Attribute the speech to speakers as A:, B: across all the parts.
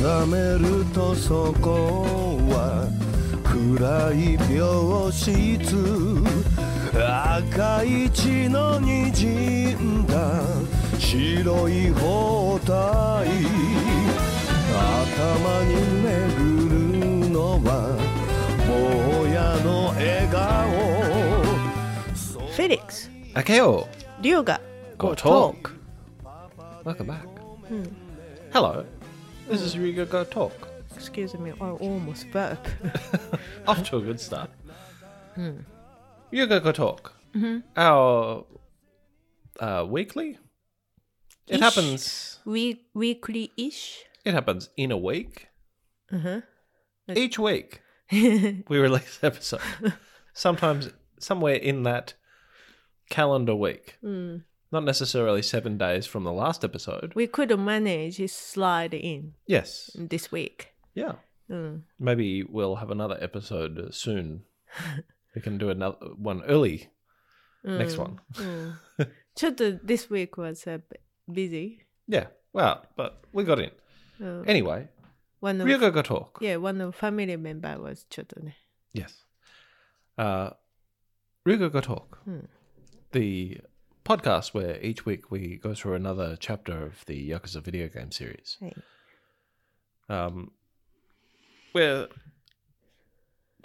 A: 覚めるとそこは暗い病室赤い血のにじんだ白い包帯頭に巡るのは坊やの笑顔
B: Felix,
C: Akeo,
B: Ryuga,
C: Go Talk. Welcome back. Hello, this is Riga Go Talk.
B: Excuse me, I almost burp.
C: Off to a good start. Riga Go Talk, our uh, weekly. It
B: Ish.
C: happens.
B: We weekly ish.
C: It happens in a week.
B: Uh huh.
C: Each week, we release an episode. Sometimes somewhere in that calendar week. Not necessarily seven days from the last episode.
B: we could manage to slide in
C: Yes.
B: this week.
C: Yeah.
B: Mm.
C: Maybe we'll have another episode soon. we can do another one early. Next one.
B: Mm. ちょっと this week was a bit busy.
C: Yeah. Well, but we got in.
B: Mm.
C: Anyway,
B: One of,
C: Ryuga got talk.
B: yeah, one of family member was ちょっとね。
C: Yes. Uh, Ryuga got talk.
B: Hmm.
C: The podcast where each week we go through another chapter of the Yakuza video game series.
B: はい。
C: Um, we're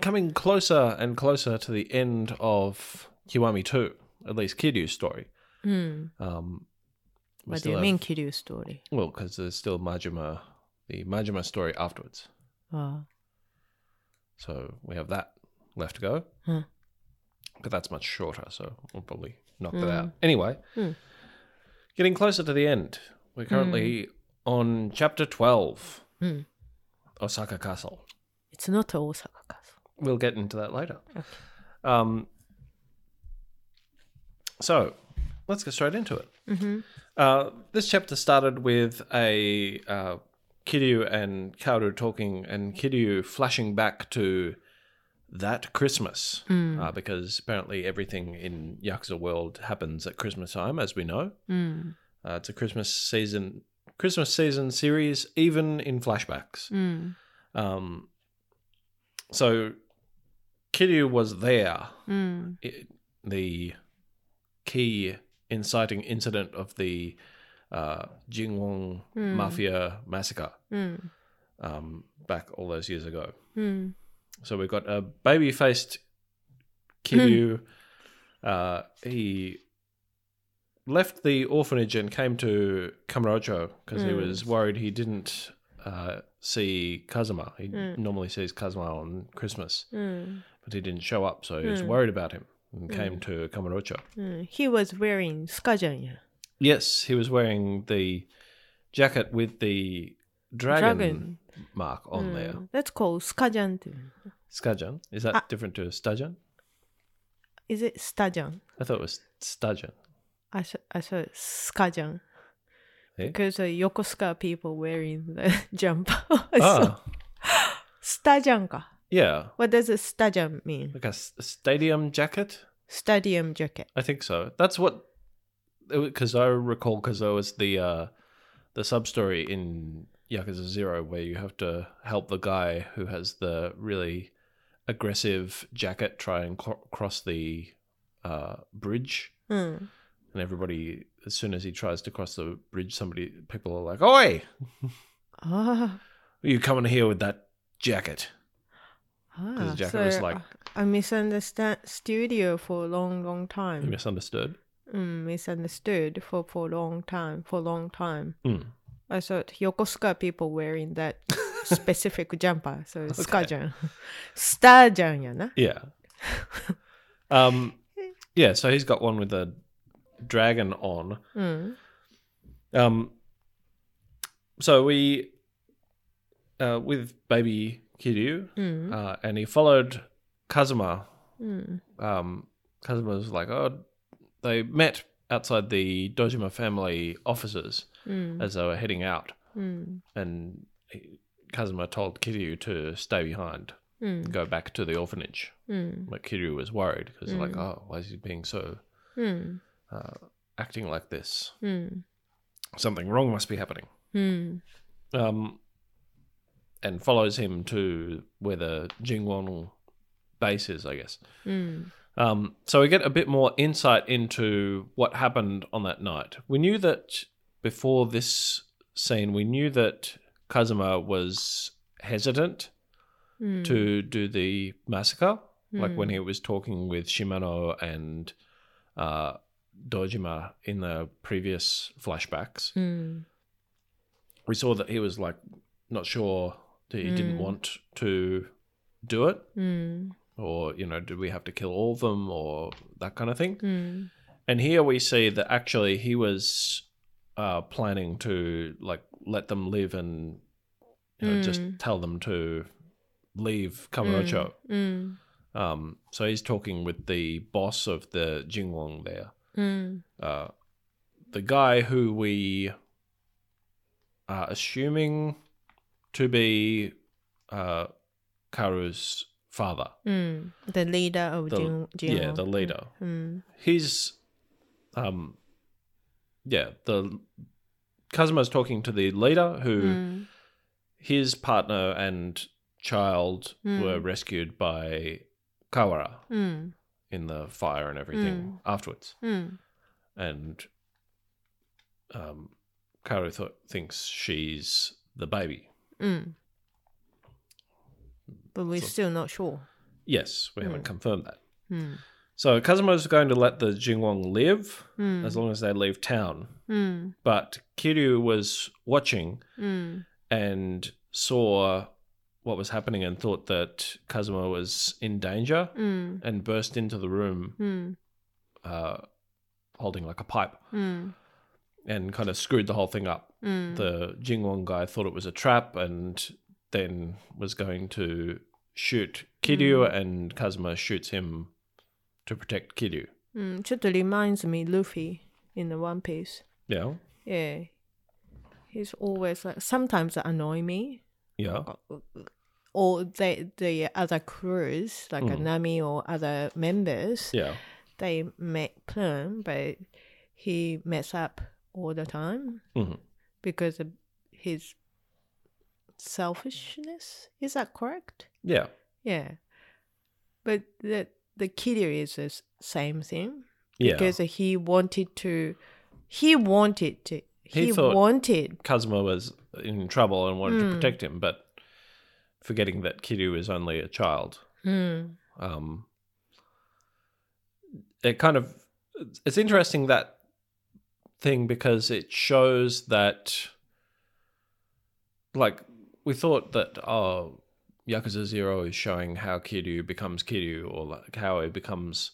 C: coming closer and closer to the end of Kiwami 2, at least Kiryu's story.
B: うん。
C: Um, we
B: What do
C: still
B: you
C: have-
B: mean, Kiryu story?
C: Well, because there's still Majima, the Majima story afterwards.
B: あ
C: So we have that left to go.
B: Hmm.
C: But that's much shorter, so we'll probably knock that
B: Hmm.
C: out. Anyway,
B: Hmm.
C: getting closer to the end. We're currently
B: Hmm.
C: on chapter 12,
B: あうん。
C: Osaka Castle.
B: It's not a Osaka castle.
C: We'll get into that later. Um, so let's get straight into it.
B: Mhm.
C: Uh, this chapter started with a uh, Kiryu and Kaoru talking, and Kiryu flashing back to that Christmas, uh, because apparently everything in Yakuza world happens at Christmas time, as we know.
B: うん。
C: Uh, it's a Christmas season, Christmas season series, even in flashbacks.
B: うん。
C: Um, so Kiryu was there.
B: うん。
C: It, the key inciting incident of the uh, Jingwong
B: Hmm.
C: Mafia massacre
B: うん。
C: um, back all those years ago.
B: うん。
C: So we've got a baby faced
B: Hmm.
C: Kiryu. uh, he left the orphanage and came to Kamurocho because he
B: Hmm.
C: was worried he didn't uh, see Kazuma. He
B: Hmm.
C: normally sees Kazuma on Christmas,
B: うん。
C: but he didn't show up, so he was
B: Hmm.
C: worried about him and came to Kamurocho.
B: うん。He was wearing スカジャンや。
C: Yes, he was wearing the jacket with the
B: Dragon.
C: dragon, mark on
B: うん
C: there.
B: That's called スカジャンっていうの。
C: Skajan. Is that
B: Ah.
C: different to Stajan?
B: Is it スタジャン
C: I thought it was Stajan.
B: I saw, I saw Skajan.
C: Eh?
B: Because uh, Yokosuka people wearing the jumper. so,
C: Ah,
B: stajan ka.
C: yeah.
B: What does a stajan mean?
C: Like a s- a stadium jacket?
B: Stadium jacket.
C: I think so. That's what. Because I recall, because there was the uh, the sub story in Yakuza Zero where you have to help the guy who has the really aggressive jacket try and cro- cross the uh, bridge,
B: Mm.
C: and everybody, as soon as he tries to cross the bridge, somebody people are like, "Oi,
B: Ah,
C: you coming here with that jacket?"
B: ah,
C: jacket was like-
B: I misunderstand studio for a long, long
C: You
B: time.
C: misunderstood.
B: Mm, misunderstood for for long time. For long time.
C: Mm.
B: I thought Yokosuka people wearing that specific jumper. So okay. Skajan. Stajan やな。
C: Yeah. um, yeah. So he's got one with a dragon on.
B: うん。
C: Um, so we, uh, with baby Kiryu,
B: うん。
C: uh, and he followed Kazuma.
B: うん。
C: Um, Kazuma was like, oh, they met outside the Dojima family offices
B: うん。
C: as they were heading out,
B: うん。
C: and he- Kazuma told Kiryu to stay behind,
B: うん。
C: go back to the orphanage.
B: うん。
C: But Kiryu was worried because, like,
B: Mm.
C: oh, why is he being so
B: うん。
C: uh, acting like this?
B: うん。hmm,
C: Something wrong must be happening.
B: うん。
C: Um, and follows him to where the Jingwon base is, I guess.
B: うん。
C: Um, so we get a bit more insight into what happened on that night. We knew that before this scene, we knew that Kazuma was hesitant
B: うん。
C: to do the massacre, like when
B: Mm.
C: he was talking with Shimano and uh, Dojima in the previous flashbacks.
B: うん。
C: We saw that he was like not sure that he didn't
B: Mm.
C: want to do it,
B: うん。
C: or you know, do we have to kill all of them, or that kind of thing.
B: うん。
C: And here we see that actually he was uh, planning to like let them live and you know, just
B: Mm.
C: tell them to leave
B: う
C: Kamurocho.
B: ん。
C: Um, so he's talking with the boss of the Jingwong there,
B: うん。
C: uh, the guy who we are assuming to be uh, Karu's father.
B: うん。The hmm. leader of Hmm,
C: The-
B: Jin-
C: Yeah,
B: Jinwon.
C: the leader.
B: うん。
C: he's um yeah the Kazuma's talking to the leader who
B: うん。
C: his partner and child
B: Mm.
C: were rescued by Kawara
B: うん。
C: in the fire and everything afterwards
B: うん。
C: and um Karu th- thinks she's the baby
B: Mm. But we're
C: So-
B: still not sure.
C: yes we haven't
B: Mm.
C: confirmed that
B: Mm.
C: so Kazuma's going to let the Jingwong live
B: Mm.
C: as long as they leave town
B: Mm.
C: but Kiryu was watching
B: Mm.
C: and saw what was happening and thought that Kazuma was in danger
B: Mm.
C: and burst into the room
B: Mm.
C: uh, holding like a pipe
B: Mm.
C: and kind of screwed the whole thing up.
B: Mm.
C: The Jingwon guy thought it was a trap and then was going to shoot Kiryu, and Kazuma shoots him to protect Kiryu.
B: Mm. ちょっと reminds me Luffy in the One Piece.
C: Yeah.
B: Yeah. He's always like sometimes they annoy me.
C: Yeah.
B: Or the the other crews, like
C: Mm.
B: Nami or other members,
C: Yeah.
B: they make plan, but he mess up all the time
C: Mhm.
B: because of his selfishness. Is that correct?
C: Yeah.
B: Yeah, but the the Kiryu is the s- same thing
C: Yeah.
B: because he wanted to, he wanted to,
C: He
B: he,
C: thought-
B: wanted.
C: Kazuma was in trouble and wanted to
B: Mm.
C: protect him, but forgetting that Kiryu is only a child.
B: Mm,
C: um it kind of it's interesting that thing because it shows that like we thought that oh Yakuza 0 is showing how Kiryu becomes Kiryu or like how he becomes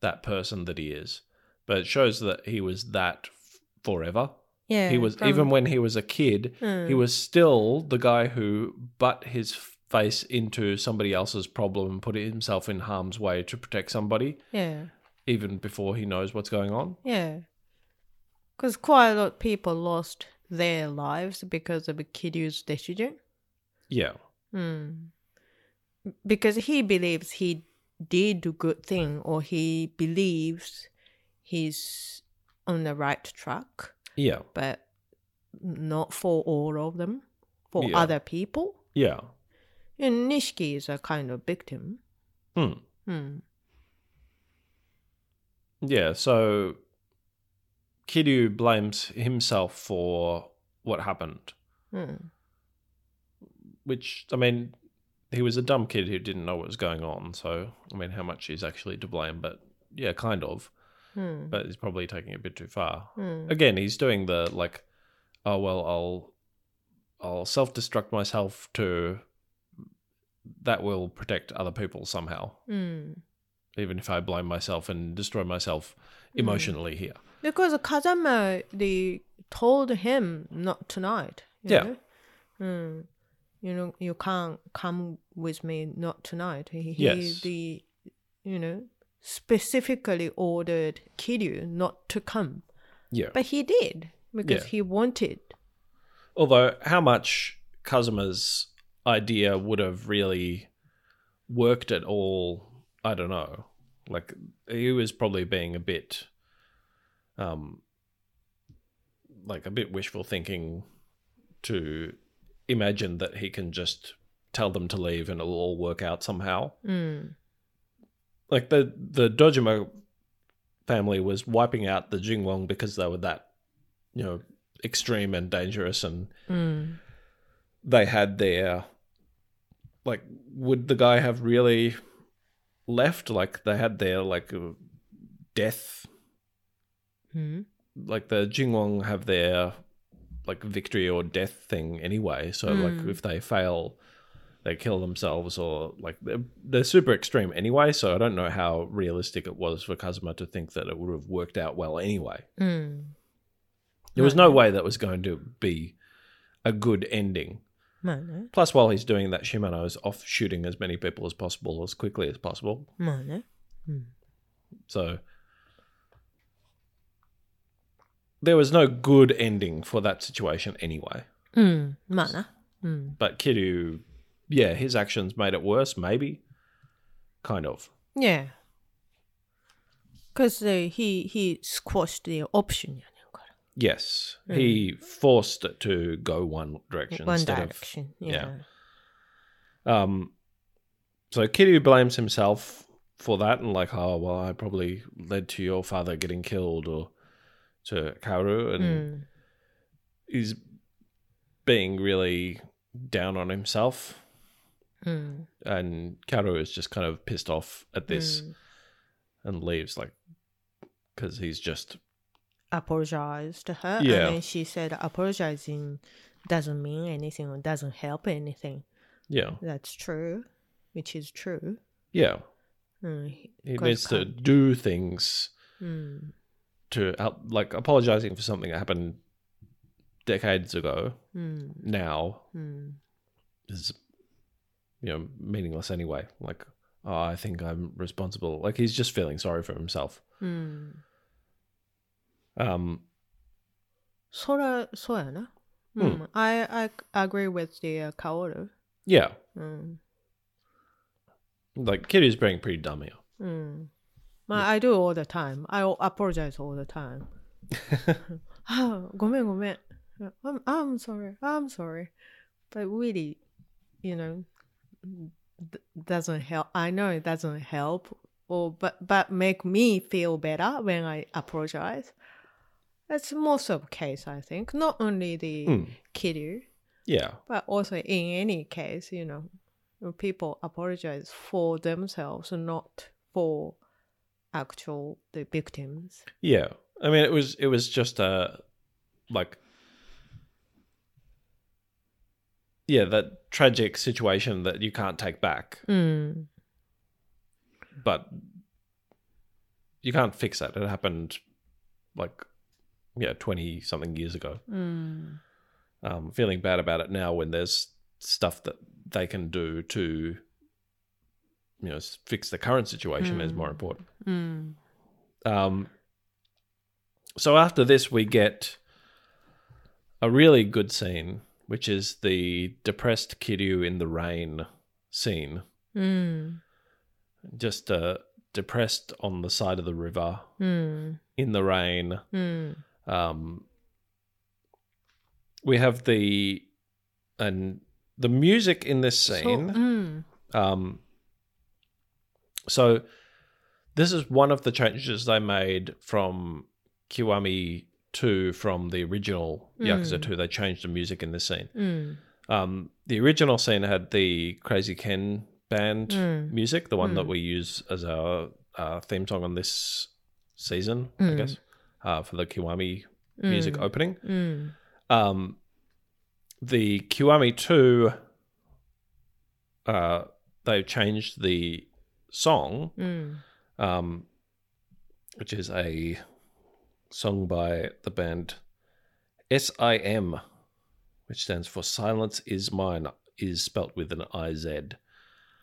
C: that person that he is but it shows that he was that f- forever
B: yeah,
C: he was
B: from-
C: even when he was a kid
B: Mm.
C: he was still the guy who butt his face into somebody else's problem and put himself in harm's way to protect somebody
B: yeah,
C: even before he knows what's going on
B: yeah, because quite a lot of people lost their lives because of Kiryu's decision.
C: yeah
B: Mm. Because he believes he did do good thing or he believes he's on the right track,
C: yeah
B: but not for all of them, for
C: Yeah.
B: other people.
C: yeah
B: And Nishiki is a kind of victim.
C: Hmm.
B: Hmm.
C: yeah so kiryu blames himself for what happened
B: Hmm.
C: which i mean he was a dumb kid who didn't know what was going on so i mean how much he's actually to blame but yeah kind of
B: Hmm.
C: but he's probably taking it a bit too far
B: Hmm.
C: again he's doing the like oh well i'll i'll self-destruct myself to that will protect other people somehow
B: Hmm.
C: even if i blame myself and destroy myself emotionally here
B: Because Kazama, they told him not tonight. you
C: Yeah.
B: know? Mm. You know, you can't come with me not tonight. He, he-
C: Yes.
B: the, you know, specifically ordered Kiryu not to come.
C: yeah
B: But he did because
C: Yeah.
B: he wanted.
C: although how much Kazuma's idea would have really worked at all i don't know like he was probably being a bit um like a bit wishful thinking to imagine that he can just tell them to leave and it'll all work out somehow.
B: Mm.
C: Like the the Dojima family was wiping out the Jingwong because they were that, you know, extreme and dangerous and
B: Mm.
C: they had their like would the guy have really left like they had their like uh, death
B: Mm.
C: like the Jingwong have their like victory or death thing anyway. So
B: Mm.
C: like if they fail, they kill themselves or like they're, they're super extreme anyway. So I don't know how realistic it was for Kazuma to think that it would have worked out well anyway.
B: Mm.
C: There was
B: Right.
C: no way that was going to be a good ending.
B: No, no,
C: Plus, while he's doing that, Shimano is off shooting as many people as possible as quickly as possible.
B: no, no. Mm.
C: So there was no good ending for that situation anyway.
B: Mm. No, no. Mm.
C: But Kidu, yeah, his actions made it worse, maybe. Kind of.
B: Yeah. Because uh, he, he squashed the option.
C: Yes. He forced it to go one direction
B: Hmm. One
C: instead
B: direction. yeah.
C: yeah. of um so Kidu blames himself for that and like, oh well I probably led to your father getting killed or to Kaoru and
B: Mm.
C: he's being really down on himself.
B: Mm.
C: And Kaoru is just kind of pissed off at this
B: Mm.
C: and leaves like because he's just
B: apologized to her
C: Yeah.
B: and then she said apologizing doesn't mean anything or doesn't help anything
C: yeah
B: that's true which is true
C: yeah
B: Mm, he-
C: He
B: because
C: needs to
B: con-
C: do things
B: Mm,
C: to help, like apologizing for something that happened decades ago.
B: mm,
C: Now
B: mm,
C: is, you know, meaningless anyway. Like, oh, I think I'm responsible. Like, he's just feeling sorry for himself.
B: mm.
C: Um,
B: そら-そうやな。Mm. I, I agree with the uh, Kaoru.
C: yeah,
B: Mm,
C: like Kitty's being pretty dumb here.
B: mm. But I do all the time. I apologize all the time. あ、ごめんごめん。I'm, I'm sorry. I'm sorry. But really, you know, d- doesn't help. I know it doesn't help, or but but make me feel better when I apologize. That's most of case, I think. Not only the
C: Hmm.
B: kiddo,
C: Yeah,
B: but also in any case, you know, when people apologize for themselves, not for actual the victims.
C: yeah. I mean, it was it was just a like. Yeah, that tragic situation that you can't take back.
B: Mm.
C: but you can't fix that. It happened like yeah, twenty something years ago.
B: Mm.
C: Um, feeling bad about it now when there's stuff that they can do to you know s- fix the current situation is more important.
B: Mm.
C: Um, so after this, we get a really good scene, which is the depressed Kiryu in the rain scene,
B: Mm.
C: just uh, depressed on the side of the river
B: Mm.
C: in the rain.
B: Mm.
C: Um, we have the and the music in this
B: So,
C: scene.
B: mm.
C: um, so this is one of the changes they made from Kiwami Two from the original Yakuza
B: Mm.
C: Two. They changed the music in this scene.
B: Mm.
C: Um, the original scene had the Crazy Ken band
B: Mm.
C: music, the one that
B: Mm.
C: we use as our uh, theme song on this season, I
B: Mm.
C: guess, uh, for the Kiwami music
B: Mm.
C: opening.
B: Mm.
C: Um, the Kiwami 2, uh, they've changed the song,
B: Mm.
C: um, which is a song by the band SIM, which stands for Silence Is Mine, is spelt with an IZ,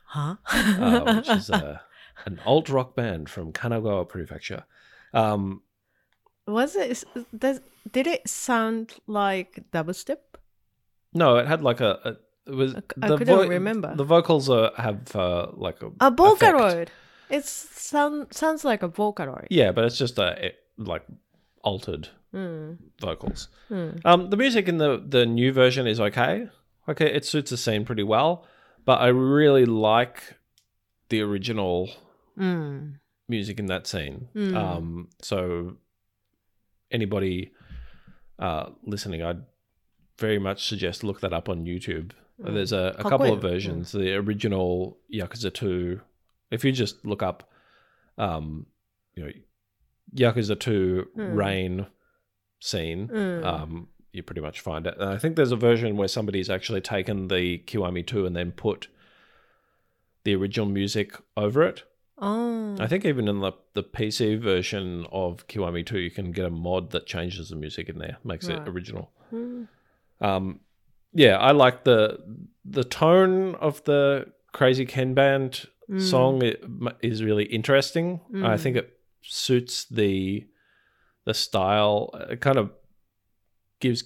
B: Huh?
C: uh, which is uh an alt rock band from Kanagawa Prefecture. Um,
B: Was it? is- Does, did it sound like double step?
C: No, it had like a. a it was
B: c- I couldn't remember.
C: The vocals are, have uh, like a
B: A
C: effect.
B: Vocaloid. It sound, sounds like a Vocaloid.
C: Yeah, but it's just a it, like altered
B: Mm.
C: vocals.
B: Mm.
C: Um, the music in the the new version is okay. okay, it suits the scene pretty well, but I really like the original
B: Mm.
C: music in that scene.
B: Mm.
C: Um, so anybody uh, listening, I'd very much suggest look that up on YouTube.
B: Mm.
C: There's a, a couple of
B: Kakuyu.
C: versions. The original Yakuza 2, if you just look up, um, you know, Yakuza 2
B: Mm.
C: rain scene,
B: Mm.
C: um, you pretty much find it. And I think there's a version where somebody's actually taken the Kiwami 2 and then put the original music over it.
B: oh.
C: I think even in the, the PC version of Kiwami 2, you can get a mod that changes the music in there, makes
B: Right.
C: it original.
B: Mm.
C: Um, yeah, I like the the tone of the Crazy Ken Band
B: Mm.
C: song i- m- is really interesting. I
B: Mm.
C: think it suits the the style. It kind of gives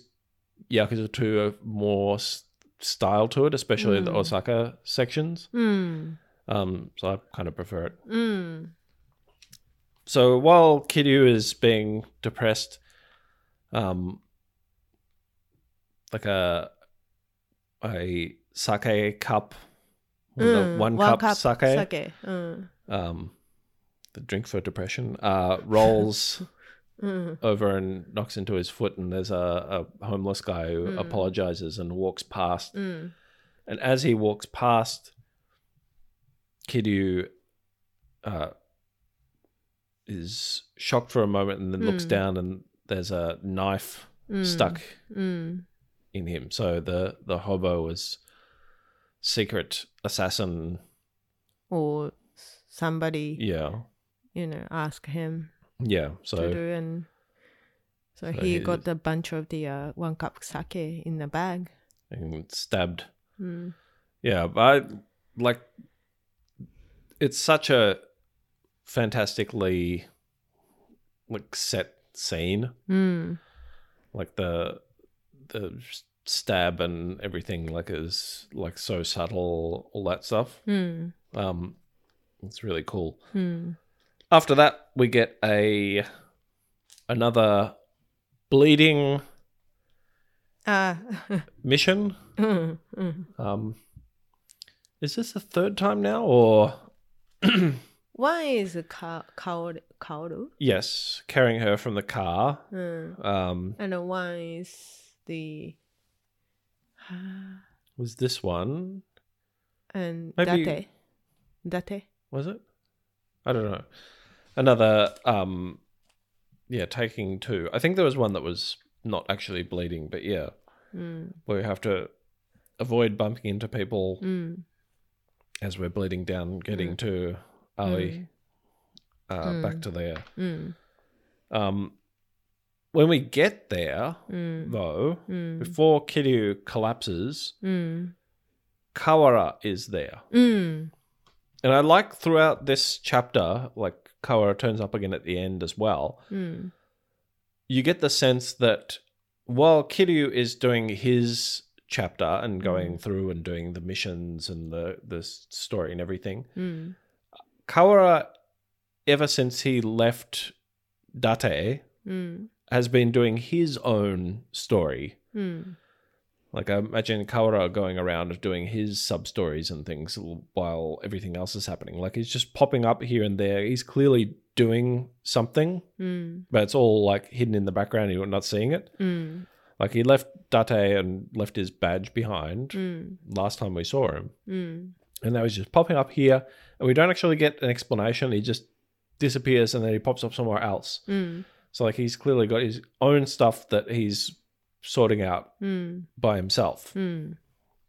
C: Yakuza 2 a more s- style to it, especially the
B: Mm.
C: Osaka sections.
B: Mm.
C: Um, so I kind of prefer it.
B: Mm.
C: So while Kiryu is being depressed, um, like a a sake cup, or the
B: Mm.
C: one, cup, sake,
B: Sake. Mm.
C: um, the drink for depression, uh, rolls
B: Mm.
C: over and knocks into his foot, and there's a, a homeless guy who
B: Mm.
C: apologizes and walks past,
B: Mm.
C: and as he walks past, Kiryu uh, is shocked for a moment and then looks
B: Mm.
C: down and there's a knife
B: Mm.
C: stuck
B: Mm.
C: in him. So the, the hobo was secret assassin.
B: Or somebody,
C: Yeah.
B: you know, ask him
C: Yeah.
B: to
C: So
B: do and so,
C: so
B: he,
C: he-
B: got a bunch of the uh, one cup sake in the bag.
C: and stabbed.
B: Mm.
C: Yeah. But I like it's such a fantastically like set scene.
B: Mm.
C: like the the stab and everything like is like so subtle all that stuff
B: Mm.
C: um it's really cool
B: Mm.
C: after that we get a another bleeding
B: Ah.
C: mission
B: mm. Mm.
C: um is this the third time now or
B: One is ka- kaoru. kaoru.
C: yes carrying her from the car
B: Mm.
C: um
B: And then one is the.
C: was this one
B: And
C: Maybe-
B: date. Date.
C: was it? I don't know. Another, um, yeah, taking two. I think there was one that was not actually bleeding, but yeah,
B: Mm.
C: where you have to avoid bumping into people
B: Mm.
C: as we're bleeding down, getting
B: Mm.
C: to Ali uh, back
B: Mm.
C: to there.
B: Mm.
C: Um, when we get there,
B: Mm.
C: though,
B: Mm.
C: before Kiryu collapses,
B: Mm.
C: Kawara is there.
B: Mm.
C: And I like throughout this chapter, like Kawara turns up again at the end as well.
B: Mm.
C: you get the sense that while Kiryu is doing his chapter and going through and doing the missions and the the s- story and everything,
B: Mm.
C: Kawara, ever since he left Date,
B: Mm.
C: has been doing his own story.
B: Mm.
C: Like I imagine Kawara going around and doing his sub stories and things while everything else is happening. Like he's just popping up here and there. He's clearly doing something,
B: Mm.
C: but it's all like hidden in the background. You're not seeing it.
B: Mm.
C: Like he left Date and left his badge behind
B: Mm.
C: last time we saw him.
B: Mm.
C: And now he's just popping up here and we don't actually get an explanation. He just disappears and then he pops up somewhere else.
B: Mm.
C: So like he's clearly got his own stuff that he's sorting out
B: Mm.
C: by himself.
B: Mm.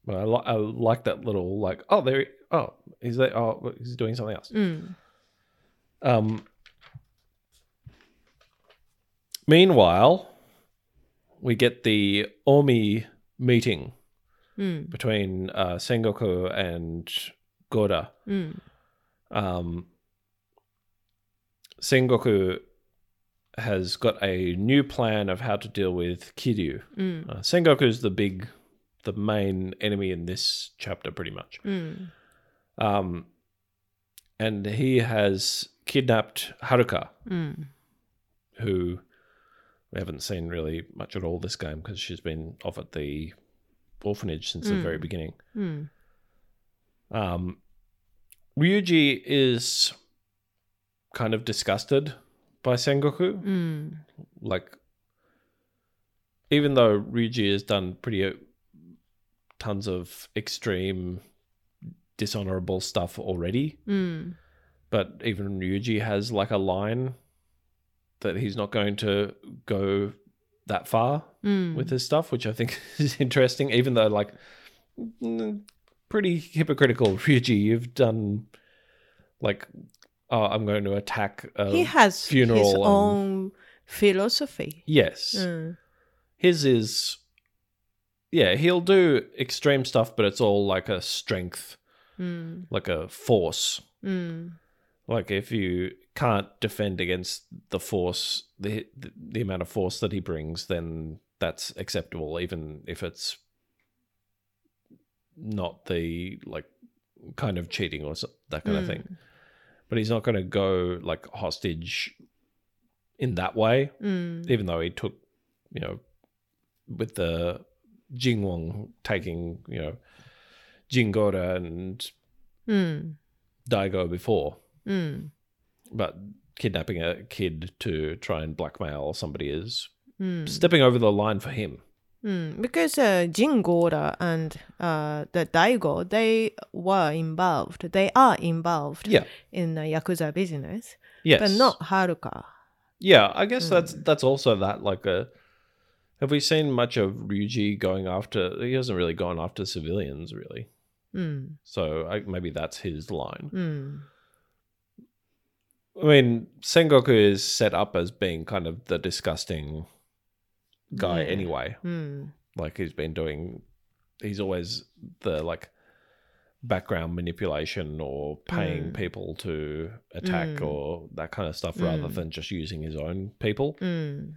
C: But I, li- I like that little like oh there he- oh he's there oh look, he's doing something else.
B: Mm.
C: Um meanwhile we get the Omi meeting
B: Mm.
C: between uh, Sengoku and Goda.
B: Mm.
C: Um, Sengoku has got a new plan of how to deal with Kiryu.
B: Mm.
C: Uh, Sengoku's the big, the main enemy in this chapter, pretty much.
B: Mm.
C: Um, and he has kidnapped Haruka,
B: Mm.
C: who we haven't seen really much at all this game because she's been off at the orphanage since the
B: Mm.
C: very beginning.
B: Hmm.
C: Um, Ryuji is kind of disgusted by Sengoku.
B: Hmm.
C: Like, even though Ryuji has done pretty uh, tons of extreme, dishonorable stuff already,
B: Hmm.
C: but even Ryuji has like a line that he's not going to go that far
B: Hmm.
C: with his stuff, which I think is interesting, even though like mm, pretty hypocritical, Ryuji. You've done like oh, I'm going to attack uh, a
B: he has
C: funeral
B: his
C: and-
B: own philosophy.
C: Yes.
B: Hmm.
C: His is yeah, he'll do extreme stuff, but it's all like a strength,
B: Hmm.
C: like a force.
B: Hmm.
C: Like if you can't defend against the force, the the, the amount of force that he brings, then that's acceptable, even if it's not the like kind of cheating or so, that kind of thing. But he's not going to go like hostage in that way,
B: Hmm.
C: even though he took, you know, with the Jingwong taking, you know, Jingora and
B: Hmm.
C: Daigo before.
B: Hmm.
C: but kidnapping a kid to try and blackmail somebody is
B: Hmm.
C: stepping over the line for him.
B: Mm, because uh, Jingora and uh, the Daigo, they were involved. They are involved
C: Yeah.
B: in the yakuza business,
C: Yes,
B: but not Mm. Haruka.
C: Yeah, I guess that's that's also that like a. Have we seen much of Ryuji going after? He hasn't really gone after civilians, really.
B: Mm,
C: So I, maybe that's his line.
B: mm,
C: I mean, Sengoku is set up as being kind of the disgusting guy,
B: Yeah.
C: anyway.
B: mm,
C: like he's been doing he's always the like background manipulation or paying
B: Mm.
C: people to attack
B: Mm.
C: or that kind of stuff rather
B: Mm.
C: than just using his own people
B: mm,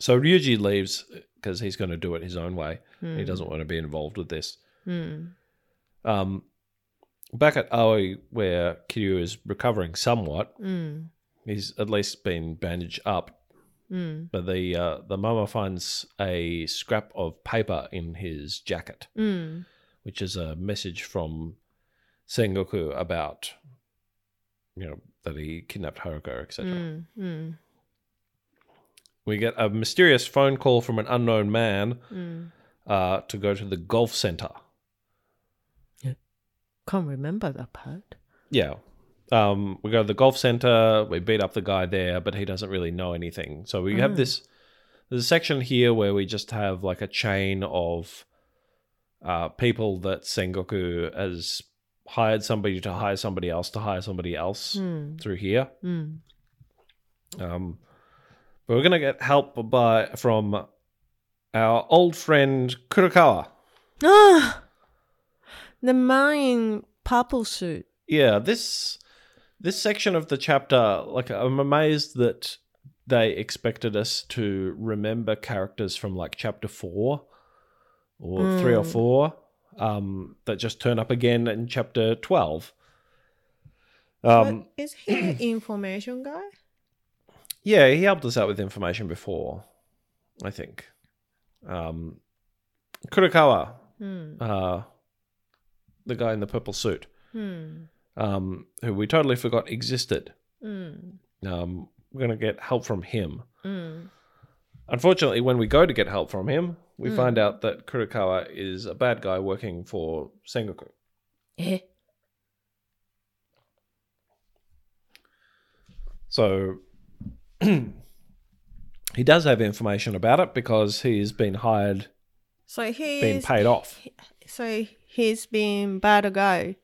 C: so ryuji leaves because he's going to do it his own way he
B: mm,
C: doesn't want to be involved with this
B: Mm,
C: um back at aoi where kiryu is recovering somewhat
B: mm,
C: he's at least been bandaged up
B: mm,
C: but the uh, the mama finds a scrap of paper in his jacket
B: mm,
C: which is a message from Sengoku about, you know, that he kidnapped Haruka, etc.
B: mm, mm,
C: We get a mysterious phone call from an unknown man
B: mm.
C: uh, to go to the golf center.
B: Can't remember that part.
C: Yeah. Um, we go to the golf center, we beat up the guy there, but he doesn't really know anything. So we have
B: Mm.
C: this there's a section here where we just have like a chain of uh, people that Sengoku has hired somebody to hire somebody else to hire somebody else
B: Mm,
C: through here.
B: mm,
C: Um, but we're going to get help by from our old friend Kurakawa.
B: Ah, the mine purple suit.
C: Yeah, this this section of the chapter, like I'm amazed that they expected us to remember characters from like chapter four or three or
B: Mm.
C: four um, that just turn up again in chapter twelve. Um,
B: but is he an information guy?
C: Yeah, he helped us out with information before, I think. Um, Kurakawa,
B: Mm,
C: uh, the guy in the purple suit,
B: mm,
C: um, who we totally forgot existed.
B: mm,
C: Um, we're going to get help from him.
B: mm.
C: Unfortunately, when we go to get help from him, we
B: Mm.
C: find out that Kurakawa is a bad guy working for Sengoku.
B: Eh.
C: So he does have information about it because he's been hired,
B: So
C: been
B: he's
C: paid off.
B: so he's been bad guy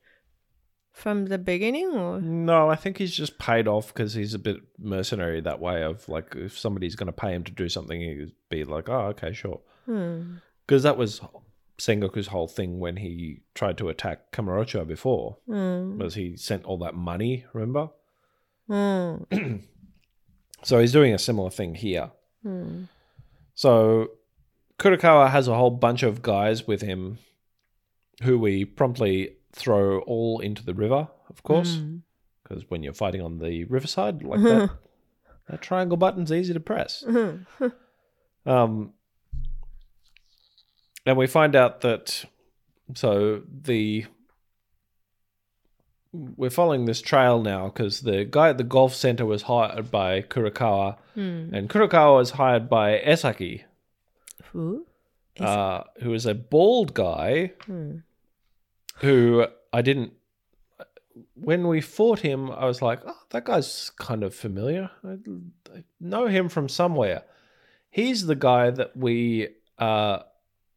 B: from the beginning, or
C: No, I think he's just paid off because he's a bit mercenary that way. Of like, if somebody's going to pay him to do something, he'd be like, "Oh, okay, sure."
B: hmm.
C: Because that was Sengoku's whole thing when he tried to attack Kamurocho before,
B: Hmm.
C: was he sent all that money. Remember?
B: Hmm.
C: So he's doing a similar thing here.
B: Hmm.
C: So Kurakawa has a whole bunch of guys with him, who we promptly throw all into the river, of course,
B: Hmm.
C: because when you're fighting on the riverside like that, that triangle button's easy to press.
B: Hmm.
C: Um, And we find out that so the we're following this trail now because the guy at the golf center was hired by Kurikawa,
B: Hmm.
C: and Kurikawa was hired by Esaki,
B: Who?
C: uh, who is a bald guy
B: Hmm.
C: who I didn't. When we fought him, I was like, "Oh, that guy's kind of familiar. I, I know him from somewhere." He's the guy that we uh,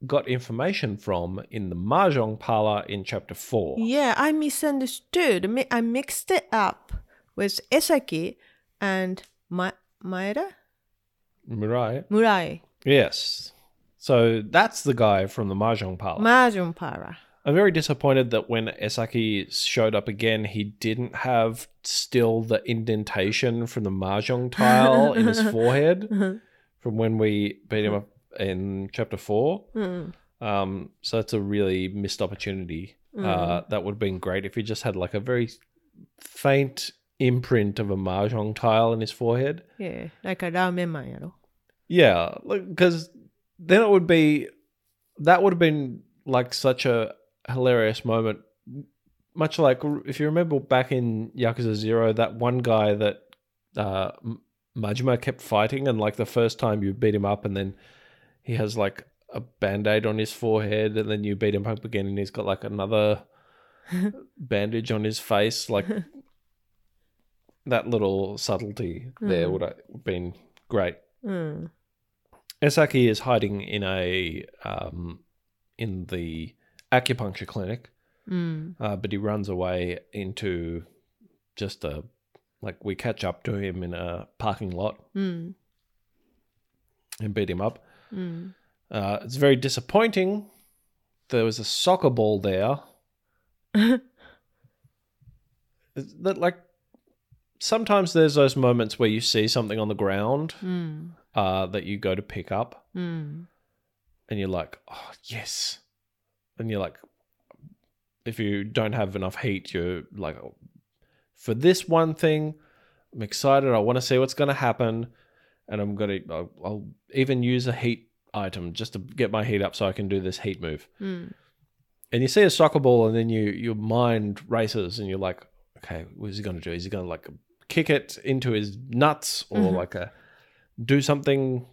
C: got information from in the mahjong parlor in chapter four.
B: Yeah, I misunderstood. Mi- I mixed it up with Esaki and Ma- Maeda?
C: Right?
B: Murai.
C: Yes. So that's the guy from the mahjong parlor.
B: Mahjong para.
C: I'm very disappointed that when Esaki showed up again, he didn't have still the indentation from the mahjong tile in his forehead from when we beat him up in chapter four.
B: Mm.
C: Um, so that's a really missed opportunity. Uh, that would have been great if he just had like a very faint imprint of a mahjong tile in his forehead.
B: Yeah, like a ramen man やろ
C: Yeah, because then it would be that would have been like such a hilarious moment. Much like if you remember back in Yakuza Zero, that one guy that uh, M- Majima kept fighting, and like the first time you beat him up, and then he has like a band aid on his forehead, and then you beat him up again, and he's got like another bandage on his face. Like that little subtlety there
B: Mhm.
C: would have been great.
B: うん。
C: Esaki is hiding in a um, in the acupuncture clinic,
B: うん。
C: uh, but he runs away into just a like we catch up to him in a parking lot
B: うん。
C: and beat him up.
B: うん。
C: Uh, it's very disappointing. There was a soccer ball there. Is that like sometimes there's those moments where you see something on the ground
B: うん。
C: uh, that you go to pick up,
B: うん。
C: and you're like, oh yes, and you're like, if you don't have enough heat, you're like, oh, for this one thing, I'm excited. I want to see what's going to happen, and I'm gonna, I'll, I'll even use a heat item just to get my heat up so I can do this heat move.
B: うん。
C: And you see a soccer ball, and then you your mind races, and you're like, okay, what is he going to do? Is he going to like kick it into his nuts or
B: Mhm.
C: like a do something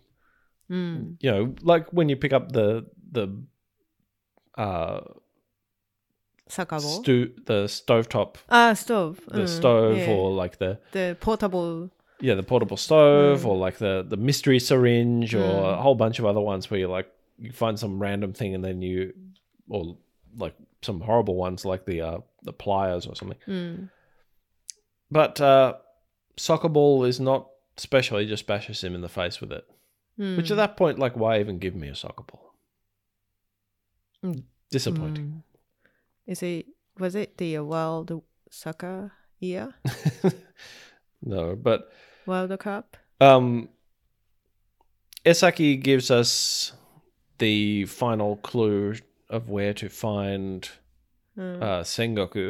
B: うん。
C: you know, like when you pick up the the uh
B: 酒棒
C: stu- the stovetop
B: Ah, stove.
C: the
B: うん
C: stove
B: Yeah.
C: or like the
B: the portable.
C: yeah the portable stove
B: Mm.
C: or like the the mystery syringe or
B: Mm.
C: a whole bunch of other ones where you like you find some random thing and then you or like some horrible ones like the uh the pliers or something
B: うん。
C: but uh soccer ball is not special he just bashes him in the face with it
B: うん。
C: which at that point like why even give me a soccer ball
B: Mm.
C: disappointing
B: Mm. Is it was it the uh, World Soccer year? Mm.
C: no but
B: World Cup?
C: Um, Esaki gives us the final clue of where to find
B: Mm,
C: uh, Sengoku.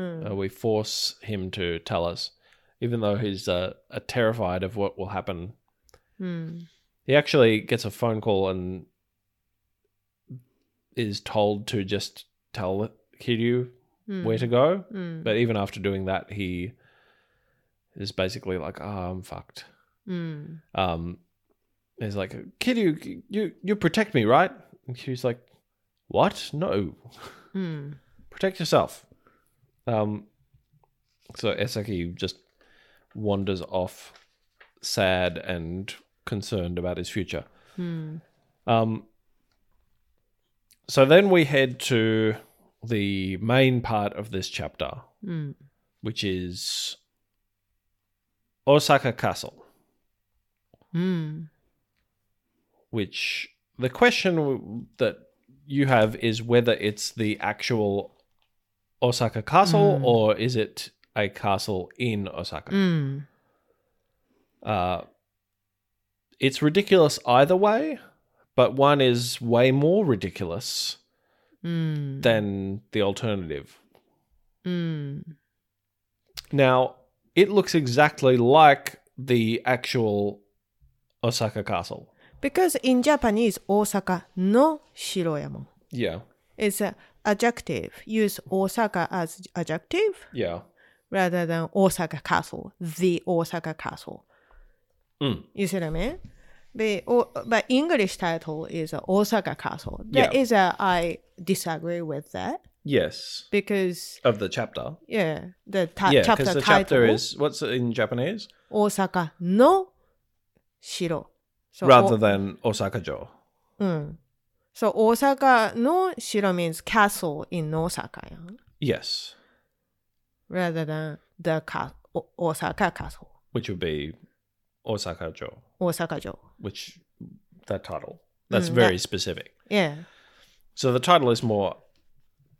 B: mm,
C: Uh, we force him to tell us, even though he's uh, uh, terrified of what will happen.
B: mm,
C: He actually gets a phone call and is told to just tell Kiryu
B: mm,
C: where to go.
B: mm,
C: But even after doing that, he is basically like, "Ah, I'm fucked."
B: mm,
C: Um, he's like, Kiryu, you you protect me, right? And Kiryu's like, what? No,
B: mm,
C: protect yourself. Um, so Esaki just wanders off, sad and concerned about his future.
B: mm,
C: Um, so then we head to the main part of this chapter,
B: mm.
C: which is Osaka Castle.
B: Mm.
C: which the question w- that you have is whether it's the actual Osaka castle
B: Mm.
C: or is it a castle in Osaka.
B: Mm.
C: Uh, it's ridiculous either way, but one is way more ridiculous
B: Mm.
C: than the alternative.
B: Mm.
C: Now, it looks exactly like the actual Osaka castle.
B: Because in Japanese, Osaka no Shiroyama
C: Yeah.
B: is an adjective. Use Osaka as adjective
C: Yeah.
B: rather than Osaka Castle, the Osaka Castle.
C: Mm.
B: You see what I mean? But, or, but English title is uh, Osaka Castle.
C: Yeah.
B: That is a I disagree with that
C: Yes.
B: because
C: Of the chapter.
B: yeah, the ta-
C: yeah,
B: chapter
C: because the
B: title
C: chapter is what's it in Japanese
B: Osaka no Shiro. So
C: rather
B: o-
C: than Osaka Jo.
B: mm. so Osaka no Shiro means castle in Osaka, yeah?
C: Yes,
B: rather than the ca- o- Osaka castle,
C: which would be Osaka Jo,
B: Osaka jo.
C: which that title that's
B: Mm,
C: very specific.
B: Yeah,
C: So the title is more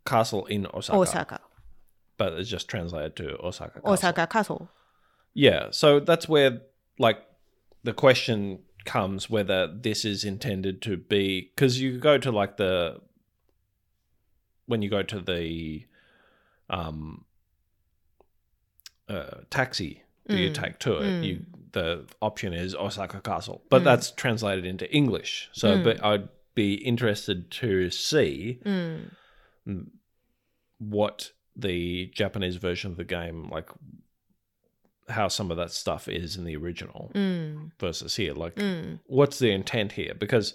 C: Castle in Osaka,
B: Osaka,
C: but it's just translated to Osaka. Castle.
B: Osaka castle.
C: Yeah, so that's where like the question comes whether this is intended to be because you go to like the when you go to the um uh taxi that you
B: Mm,
C: take to it
B: mm.
C: you the option is osaka castle but
B: Mm.
C: that's translated into english so
B: Mm.
C: but i'd be interested to see
B: Mm.
C: what the Japanese version of the game, like how some of that stuff is in the original
B: Mm.
C: versus here. Like,
B: Mm.
C: what's the intent here? Because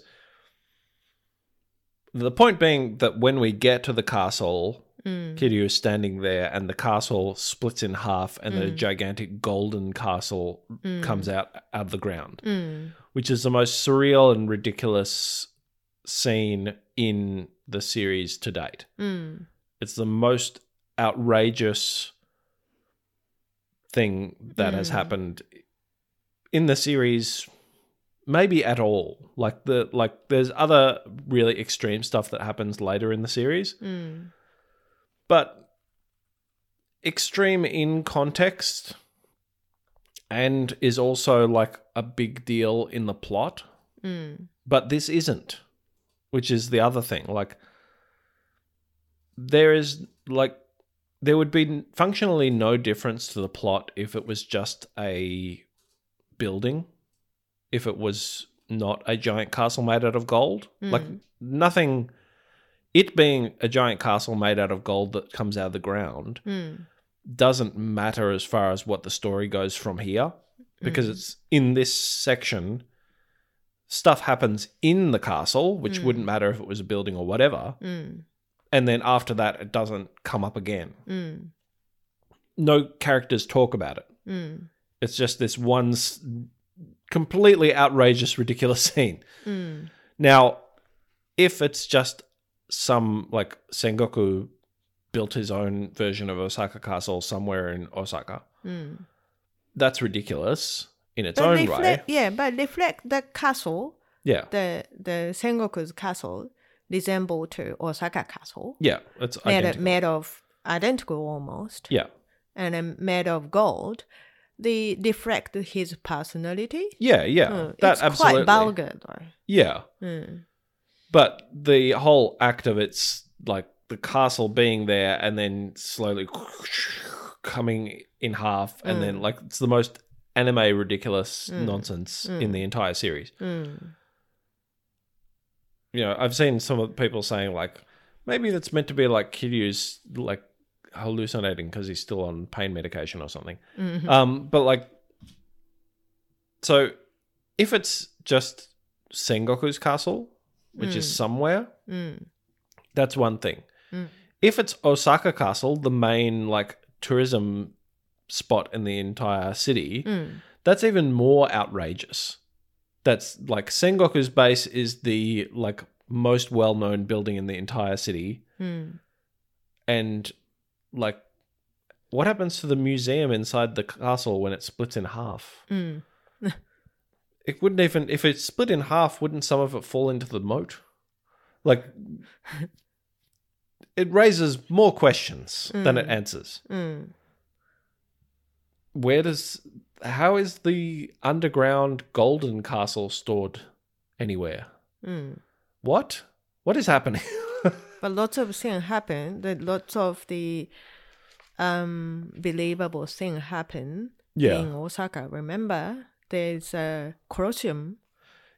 C: the point being that when we get to the castle,
B: Mm.
C: Kiryu is standing there and the castle splits in half and the
B: Mm.
C: gigantic golden castle
B: Mm.
C: comes out out of the ground
B: Mm.
C: which is the most surreal and ridiculous scene in the series to date.
B: Mm.
C: It's the most outrageous thing that has
B: Mm.
C: happened in the series maybe at all. Like the like there's other really extreme stuff that happens later in the series,
B: Mm.
C: but extreme in context and is also like a big deal in the plot
B: Mm.
C: but this isn't which is the other thing like there is like there would be functionally no difference to the plot if it was just a building if it was not a giant castle made out of gold like
B: Mm.
C: nothing it being a giant castle made out of gold that comes out of the ground
B: Mm.
C: doesn't matter as far as what the story goes from here because
B: Mm.
C: it's in this section stuff happens in the castle which
B: Mm.
C: wouldn't matter if it was a building or whatever
B: Mm.
C: and then after that it doesn't come up again
B: Mm.
C: no characters talk about it
B: Mm.
C: it's just this one s- completely outrageous ridiculous scene
B: Mm.
C: now if it's just some like sengoku built his own version of osaka castle somewhere in osaka
B: Mm.
C: that's ridiculous in its
B: But
C: own
B: reflect,
C: way.
B: yeah, but reflect the castle,
C: Yeah.
B: the the Sengoku's castle, resemble to Osaka castle,
C: Yeah. It's
B: made
C: identical.
B: made of identical almost,
C: yeah.
B: and then made of gold. They reflect his personality.
C: Yeah. Yeah.
B: Mm,
C: that
B: it's
C: absolutely.
B: quite vulgar, though.
C: Yeah.
B: Mm.
C: But the whole act of it's like the castle being there and then slowly coming in half and then
B: Mm.
C: like it's the most anime ridiculous
B: Mm.
C: nonsense in
B: Mm.
C: the entire series.
B: Mm.
C: You know, I've seen some of people saying like maybe that's meant to be like Kiryu's like hallucinating because he's still on pain medication or something.
B: Mhm.
C: Um, but like, so if it's just Sengoku's castle, which is
B: Mm.
C: somewhere,
B: Mm.
C: that's one thing.
B: Mm.
C: If it's Osaka Castle, the main like tourism spot in the entire city,
B: Mm.
C: that's even more outrageous. That's like Sengoku's base is the like most well-known building in the entire city
B: Mm.
C: and like what happens to the museum inside the castle when it splits in half?
B: Mm.
C: it wouldn't even if it's split in half wouldn't some of it fall into the moat like it raises more questions than it
B: Mm.
C: answers
B: Mm.
C: where does how is the underground golden castle stored anywhere
B: Mm.
C: what what is happening
B: But lots of things happen. That lots of the um believable thing happen
C: Yeah.
B: Mm. in Osaka. Remember, there's a Colosseum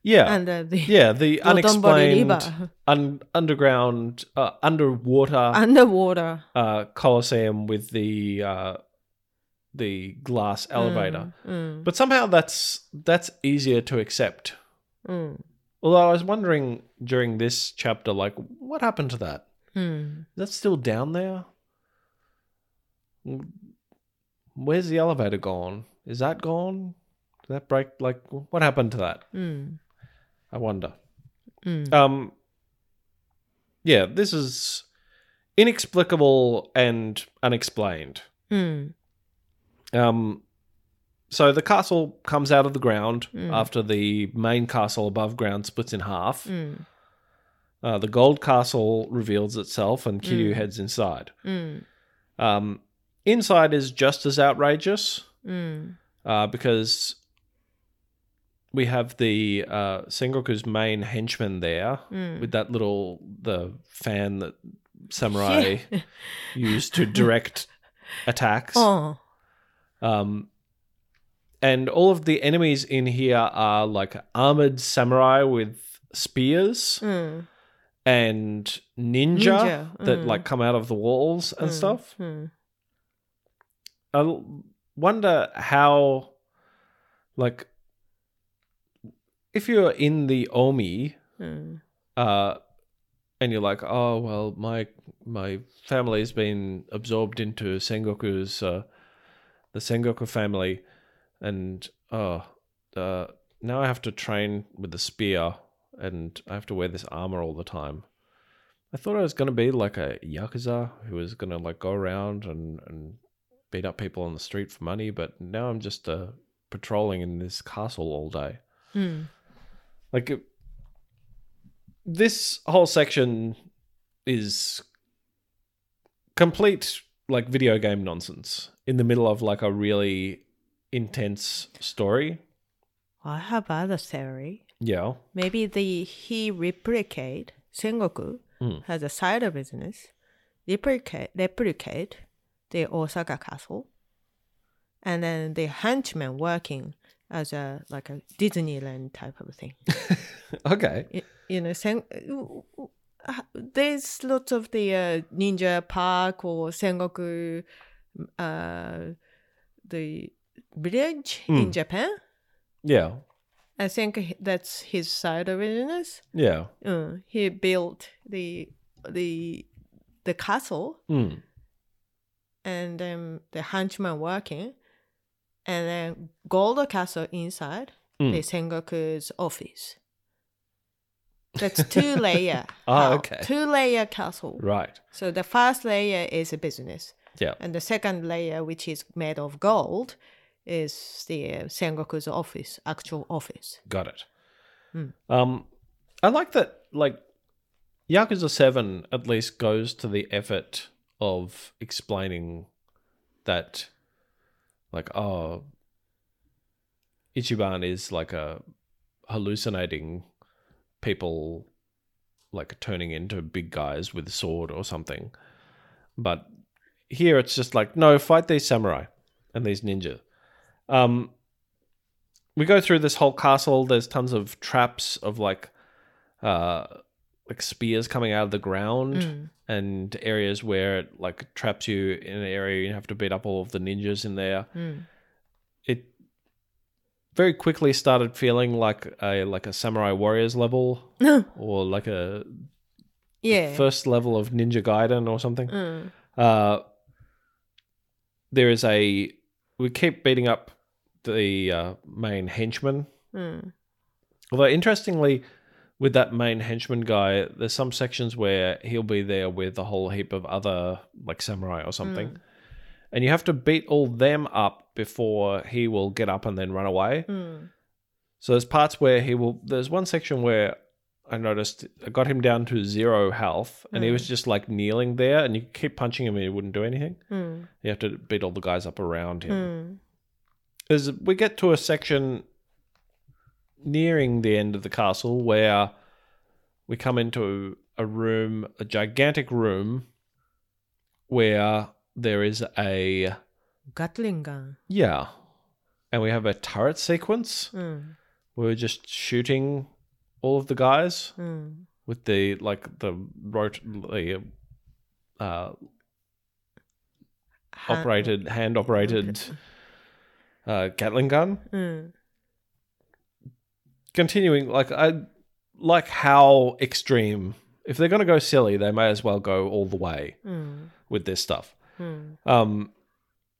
C: yeah,
B: and uh, the
C: yeah. The
B: Rotonbori
C: unexplained
B: River
C: un- underground uh, underwater
B: underwater
C: uh, coliseum with the uh, the glass elevator.
B: Mm, mm,
C: But somehow that's that's easier to accept.
B: mm,
C: Although I was wondering during this chapter, like, what happened to that?
B: mm.
C: Is that still down there? Where's the elevator gone? Is that gone? Did that break? Like, what happened to that?
B: Mm,
C: I wonder.
B: mm.
C: Um, yeah, this is inexplicable and unexplained.
B: Mm,
C: Um, so the castle comes out of the ground
B: Mm.
C: after the main castle above ground splits in half.
B: mm,
C: Uh, the gold castle reveals itself, and Kiryu
B: Mm.
C: heads inside.
B: mm,
C: Um, inside is just as outrageous
B: mm,
C: uh, because we have the uh, Sengoku's main henchman there
B: mm.
C: with that little the fan that samurai
B: Yeah.
C: used to direct attacks.
B: Oh,
C: Um, and all of the enemies in here are like armored samurai with spears
B: mm,
C: and ninja,
B: Ninja,
C: that
B: mm.
C: like come out of the walls and
B: mm,
C: stuff.
B: mm.
C: I l- wonder how, like, if you're in the Omi,
B: Mm,
C: uh, and you're like, oh well, my my family's been absorbed into Sengoku's uh, the Sengoku family, and oh, uh, now I have to train with the spear, and I have to wear this armor all the time. I thought I was gonna be like a yakuza who was gonna like go around and and beat up people on the street for money, but now I'm just uh, patrolling in this castle all day
B: mm,
C: like it- this whole section is complete like video game nonsense in the middle of like a really intense story
B: I have other theory.
C: yeah
B: Maybe the he replicate Sengoku
C: Mm.
B: has a side of business, replicate replicate the Osaka castle, and then the henchman working as a like a Disneyland type of thing.
C: okay
B: Y- you know, Sen- uh, there's lots of the uh, ninja park or Sengoku, uh, the village in
C: Mm.
B: Japan.
C: yeah
B: I think h- that's his side of business.
C: yeah
B: Uh, he built the the the castle
C: mm.
B: and then the henchman working, and then gold castle inside
C: Mm.
B: the Sengoku's office. That's two layer.
C: Ah,
B: hou-
C: okay.
B: Two layer castle.
C: right
B: So the first layer is a business,
C: yeah
B: and the second layer, which is made of gold, is the uh, Sengoku's office, actual office.
C: got it
B: Mm.
C: um i like that like yakuza 7 at least goes to the effort of explaining that like oh ichiban is like a hallucinating people like turning into big guys with a sword or something but here it's just like no fight these samurai and these ninja um we go through this whole castle there's tons of traps of like uh like spears coming out of the ground
B: Mm.
C: and areas where it like traps you in an area you have to beat up all of the ninjas in there
B: Mm.
C: it very quickly started feeling like a like a samurai warriors level or like a
B: yeah.
C: first level of ninja gaiden or something
B: Mm.
C: uh there is a we keep beating up the uh, main henchman
B: Mm.
C: Although interestingly, with that main henchman guy, there's some sections where he'll be there with a whole heap of other like samurai or something. And you have to beat all them up before he will get up and then run away.
B: Mm.
C: So there's parts where he will there's one section where I noticed I got him down to zero health and he
B: Mm.
C: was just like kneeling there and you keep punching him and he wouldn't do anything.
B: Mm.
C: You have to beat all the guys up around him
B: Mm.
C: is we get to a section nearing the end of the castle where we come into a room, a gigantic room, where there is a
B: Gatling gun.
C: yeah, and we have a turret sequence
B: Mm.
C: where we're just shooting all of the guys
B: Mm.
C: with the like the rot- the uh,
B: Ha-
C: operated hand operated uh, Gatling gun.
B: Mm.
C: Continuing like I like how extreme. If they're gonna go silly, they may as well go all the way
B: Mm.
C: with this stuff.
B: Mm.
C: Um,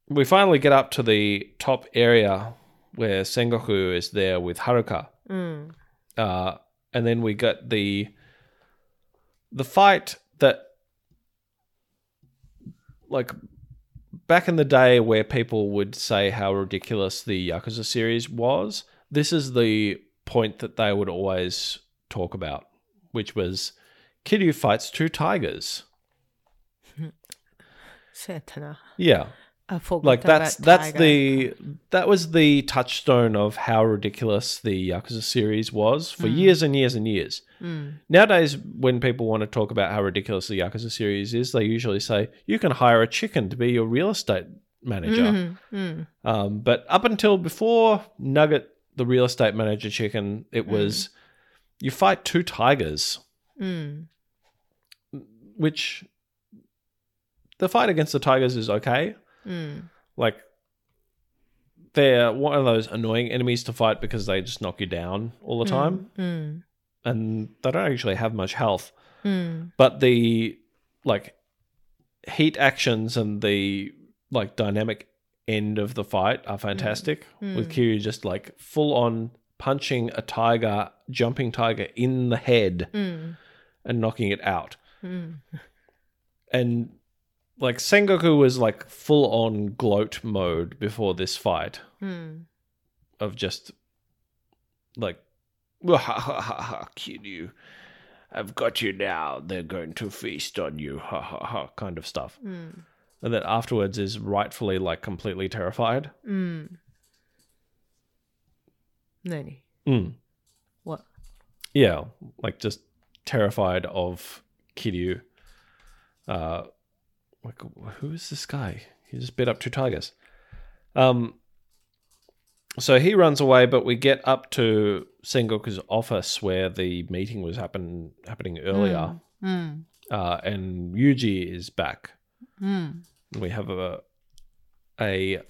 C: we finally get up to the top area where Sengoku is there with Haruka.
B: Mm.
C: uh, and then we got the the fight that like back in the day where people would say how ridiculous the yakuza series was this is the point that they would always talk about which was kiryu fights two tigers
B: Satana.
C: yeah
B: I forgot
C: like that's
B: about
C: that's
B: tiger.
C: the that was the touchstone of how ridiculous the yakuza series was for
B: Mm.
C: years and years and years
B: Mm.
C: Nowadays, when people want to talk about how ridiculous the Yakuza series is, they usually say, you can hire a chicken to be your real estate manager.
B: Mhm. Mm.
C: Um, but up until before Nugget, the real estate manager chicken, it was you fight two tigers,
B: Mm.
C: which the fight against the tigers is okay.
B: Mm.
C: Like, they're one of those annoying enemies to fight because they just knock you down all the time
B: Mm.
C: and they don't actually have much health.
B: Mm.
C: but the like heat actions and the like dynamic end of the fight are fantastic
B: Mm.
C: with
B: Mm.
C: Kiryu just like full on punching a tiger jumping tiger in the head
B: Mm.
C: and knocking it out
B: Mm.
C: and like Sengoku was like full on gloat mode before this fight
B: Mm.
C: of just like "Wah, ha ha ha ha Kiryu I've got you now they're going to feast on you ha ha ha kind of stuff
B: Mm.
C: and that afterwards is rightfully like completely terrified.
B: Mm. Nani?
C: Mm.
B: What?
C: Yeah, like just terrified of Kiryu. Uh, like who is this guy? He just beat up two tigers. Um, so he runs away, but we get up to Sengoku's office where the meeting was happen happening earlier,
B: Mm.
C: uh, and Yuji is back.
B: Mm.
C: we have a a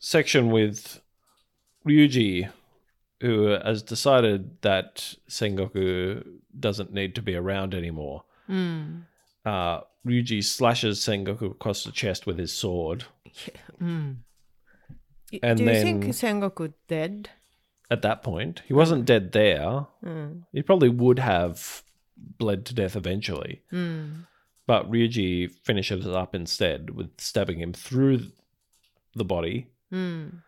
C: section with Ryuji, who has decided that Sengoku doesn't need to be around anymore.
B: Mm.
C: Uh, Ryuji slashes Sengoku across the chest with his sword.
B: Mm. Y-
C: And
B: Do you think
C: then-
B: Sengoku dead?
C: At that point, he wasn't dead there.
B: Mm.
C: He probably would have bled to death eventually,
B: Mm.
C: but Ryuji finishes up instead with stabbing him through the body
B: Mm.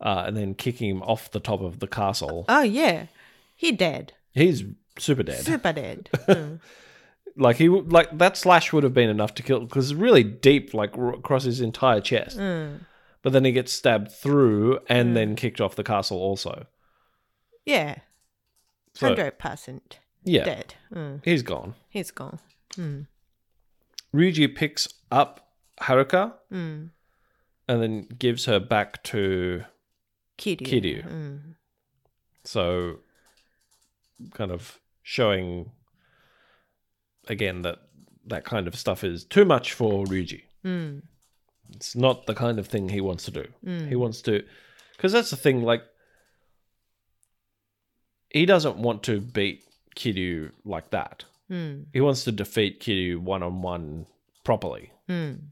C: uh, and then kicking him off the top of the castle.
B: Oh yeah, he dead.
C: He's super dead.
B: Super dead. Mm.
C: Like he w- like that slash would have been enough to kill because it's really deep, like r- across his entire chest.
B: Mm.
C: But then he gets stabbed through and then kicked off the castle. Also,
B: Yeah,
C: So-
B: hundred percent
C: yeah,
B: dead. Mm.
C: he's gone.
B: He's gone. Mm.
C: Ryuji picks up Haruka
B: Mm.
C: and then gives her back to
B: Kiryu.
C: Kiryu.
B: Mm.
C: so kind of showing again that that kind of stuff is too much for Ryuji.
B: Mm.
C: It's not the kind of thing he wants to do.
B: Mm.
C: He wants to, because that's the thing. Like, he doesn't want to beat Kiryu like that.
B: Mm.
C: He wants to defeat Kiryu one on one properly
B: Mm.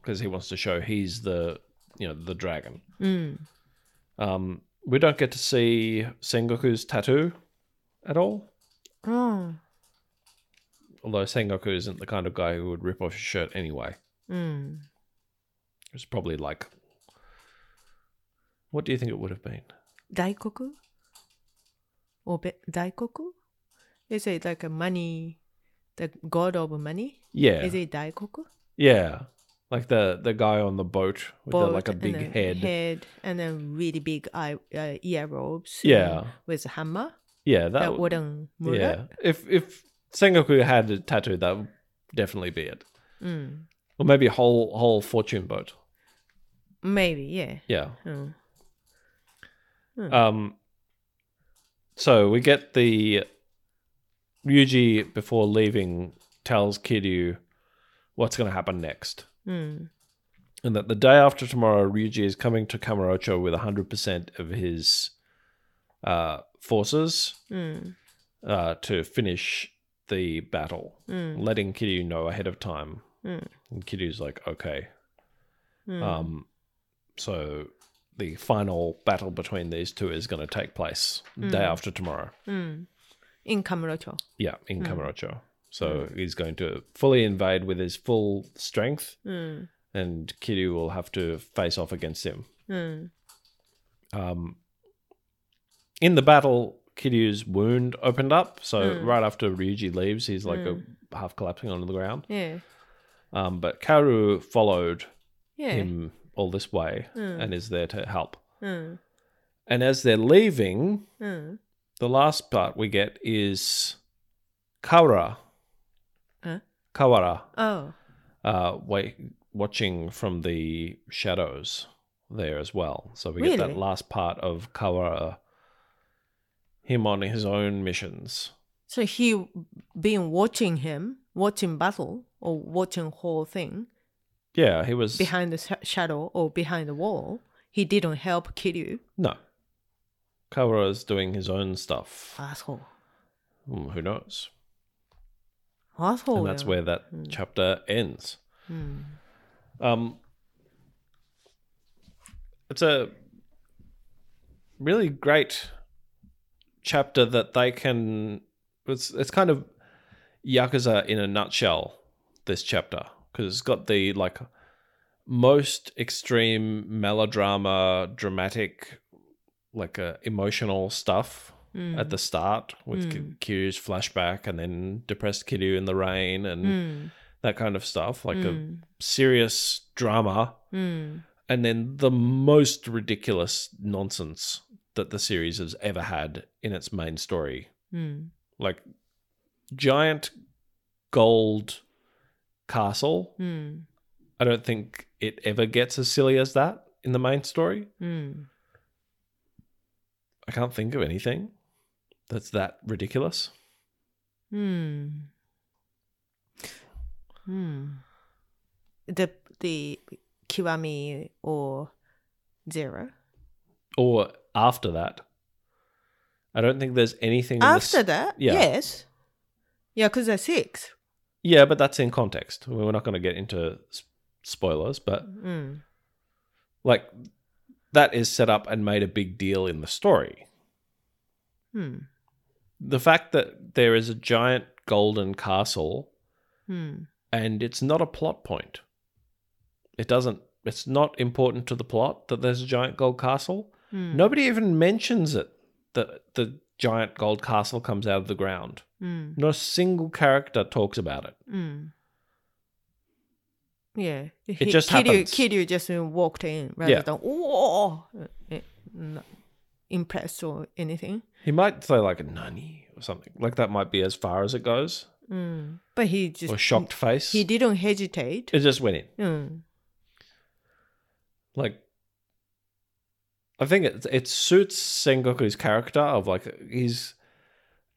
C: because he wants to show he's the you know the dragon.
B: Mm.
C: Um, we don't get to see Sengoku's tattoo at all.
B: Oh.
C: Although Sengoku isn't the kind of guy who would rip off his shirt anyway.
B: Mm.
C: It's probably like, what do you think it would have been?
B: 大国 or be, 大国 is it like a money the god of money
C: Yeah,
B: is it 大国
C: Yeah. Like the the guy on the boat with the, like a
B: Boat
C: big
B: and then
C: head.
B: head and then really big eye uh, ear robes and
C: Yeah.
B: with hammer
C: Yeah,
B: that,
C: that, would
B: wooden
C: Yeah.
B: murder
C: If if Sengoku had a tattoo, that would definitely be it.
B: mm.
C: Or maybe a whole whole fortune boat.
B: maybe yeah
C: Yeah.
B: mm.
C: Um So we get the Yuji before leaving tells Kiryu what's going to happen next.
B: Mm.
C: and that the day after tomorrow, Ryuji is coming to Kamurocho with 100% of his uh, forces
B: Mm.
C: uh, to finish the battle,
B: Mm.
C: letting Kiryu know ahead of time.
B: Mm.
C: And Kiryu's like, okay.
B: Mm.
C: Um, so the final battle between these two is going to take place the day
B: Mm.
C: after tomorrow.
B: Mm. In Kamurocho.
C: Yeah, in
B: Mm.
C: Kamurocho. So he's going to fully invade with his full strength,
B: Mm.
C: and Kiryu will have to face off against him.
B: Mm.
C: um, in the battle, Kiryu's wound opened up. So
B: Mm.
C: right after Ryuji leaves, he's like a, half collapsing onto the ground.
B: Yeah.
C: Um, but Kaoru followed
B: Yeah.
C: him all this way
B: Mm.
C: and is there to help.
B: Mm.
C: And as they're leaving,
B: Mm.
C: the last part we get is Kawara.
B: Huh?
C: Kawara
B: Oh.
C: uh, wait, watching from the shadows there as well. So we get that
B: Really?
C: last part of Kawara, him on his own missions.
B: So he been watching him, watching battle or watching whole thing
C: Yeah, he was
B: behind the sh- shadow or behind the wall. He didn't help Kiryu.
C: no. Kawara's doing his own stuff.
B: Asshole.
C: Hmm, who knows?
B: Asshole.
C: and that's
B: yeah.
C: where that chapter ends.
B: Mm.
C: Um, it's a really great chapter that they can. It's it's kind of yakuza in a nutshell. This chapter because it's got the like most extreme melodrama, dramatic, like uh, emotional stuff
B: Mm.
C: at the start with mm. Kiryu's flashback and then depressed Kiryu in the rain and
B: Mm.
C: that kind of stuff, like a
B: Mm.
C: serious drama,
B: Mm.
C: and then the most ridiculous nonsense that the series has ever had in its main story.
B: Mm.
C: Like giant gold castle.
B: Mm.
C: I don't think it ever gets as silly as that in the main story.
B: Mm.
C: I can't think of anything that's that ridiculous.
B: Hmm. Hmm. The the Kiwami or Zero.
C: Or after that. I don't think there's anything in the
B: After
C: s-
B: that,
C: yeah.
B: yes. Yeah, because they're six.
C: Yeah, but that's in context. We're not going to get into s- spoilers, but
B: Mm.
C: like that is set up and made a big deal in the story.
B: Hmm.
C: The fact that there is a giant golden castle
B: Hmm.
C: and it's not a plot point. It doesn't it's not important to the plot that there's a giant gold castle.
B: Hmm.
C: Nobody even mentions it that the giant gold castle comes out of the ground.
B: Hmm.
C: Not a single character talks about it.
B: Hmm. Yeah. It
C: just
B: Kiryu,
C: happens.
B: Kiryu just uh, walked in rather
C: Yeah.
B: than whoa, uh, uh, not impressed or anything.
C: He might say like a nanny or something. Like that might be as far as it goes.
B: Mm. But he just
C: or shocked face.
B: He didn't hesitate.
C: It just went in.
B: Mm.
C: Like, I think it it suits Sengoku's character of like he's